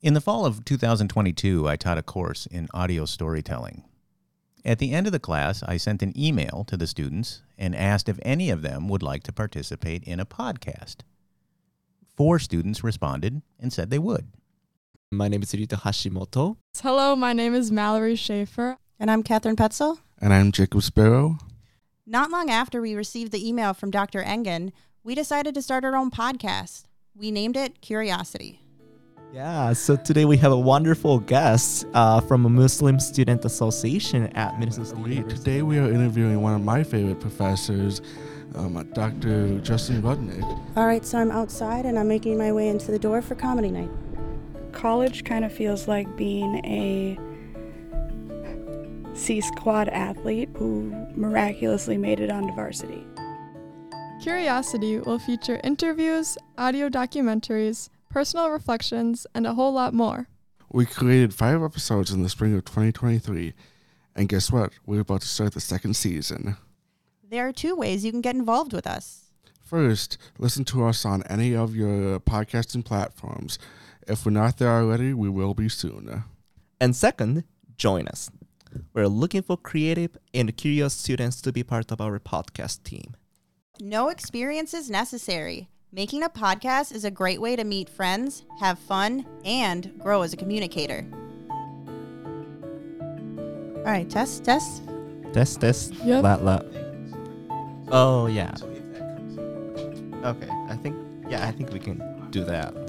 In the fall of 2022, I taught a course in audio storytelling. At the end of the class, I sent an email to the students and asked if any of them would like to participate in a podcast. Four students responded and said they would. My name is Rita Hashimoto. Hello, my name is Mallory Schaefer. And I'm Catherine Petzel. And I'm Jacob Sparrow. Not long after we received the email from Dr. Engen, we decided to start our own podcast. We named it Curiosity. Yeah, so today we have a wonderful guest uh, from a Muslim Student Association at Minnesota State We, University. today we are interviewing one of my favorite professors, um, Dr. Justin Rudnick. All right, so I'm outside and I'm making my way into the door for comedy night. college kind of feels like being a C squad athlete who miraculously made it onto varsity. Curiosity will feature interviews, audio documentaries, personal reflections, and a whole lot more. We created five episodes in the spring of 2023, and guess what? We're about to start the second season. There are two ways you can get involved with us. First, listen to us on any of your podcasting platforms. If we're not there already, we will be soon. And second, join us. We're looking for creative and curious students to be part of our podcast team. No experience is necessary. Making a podcast is a great way to meet friends, have fun, and grow as a communicator. All right, test, test. Test, test, Yep. la, la. Oh, yeah. Okay, I think, yeah, I think we can do that.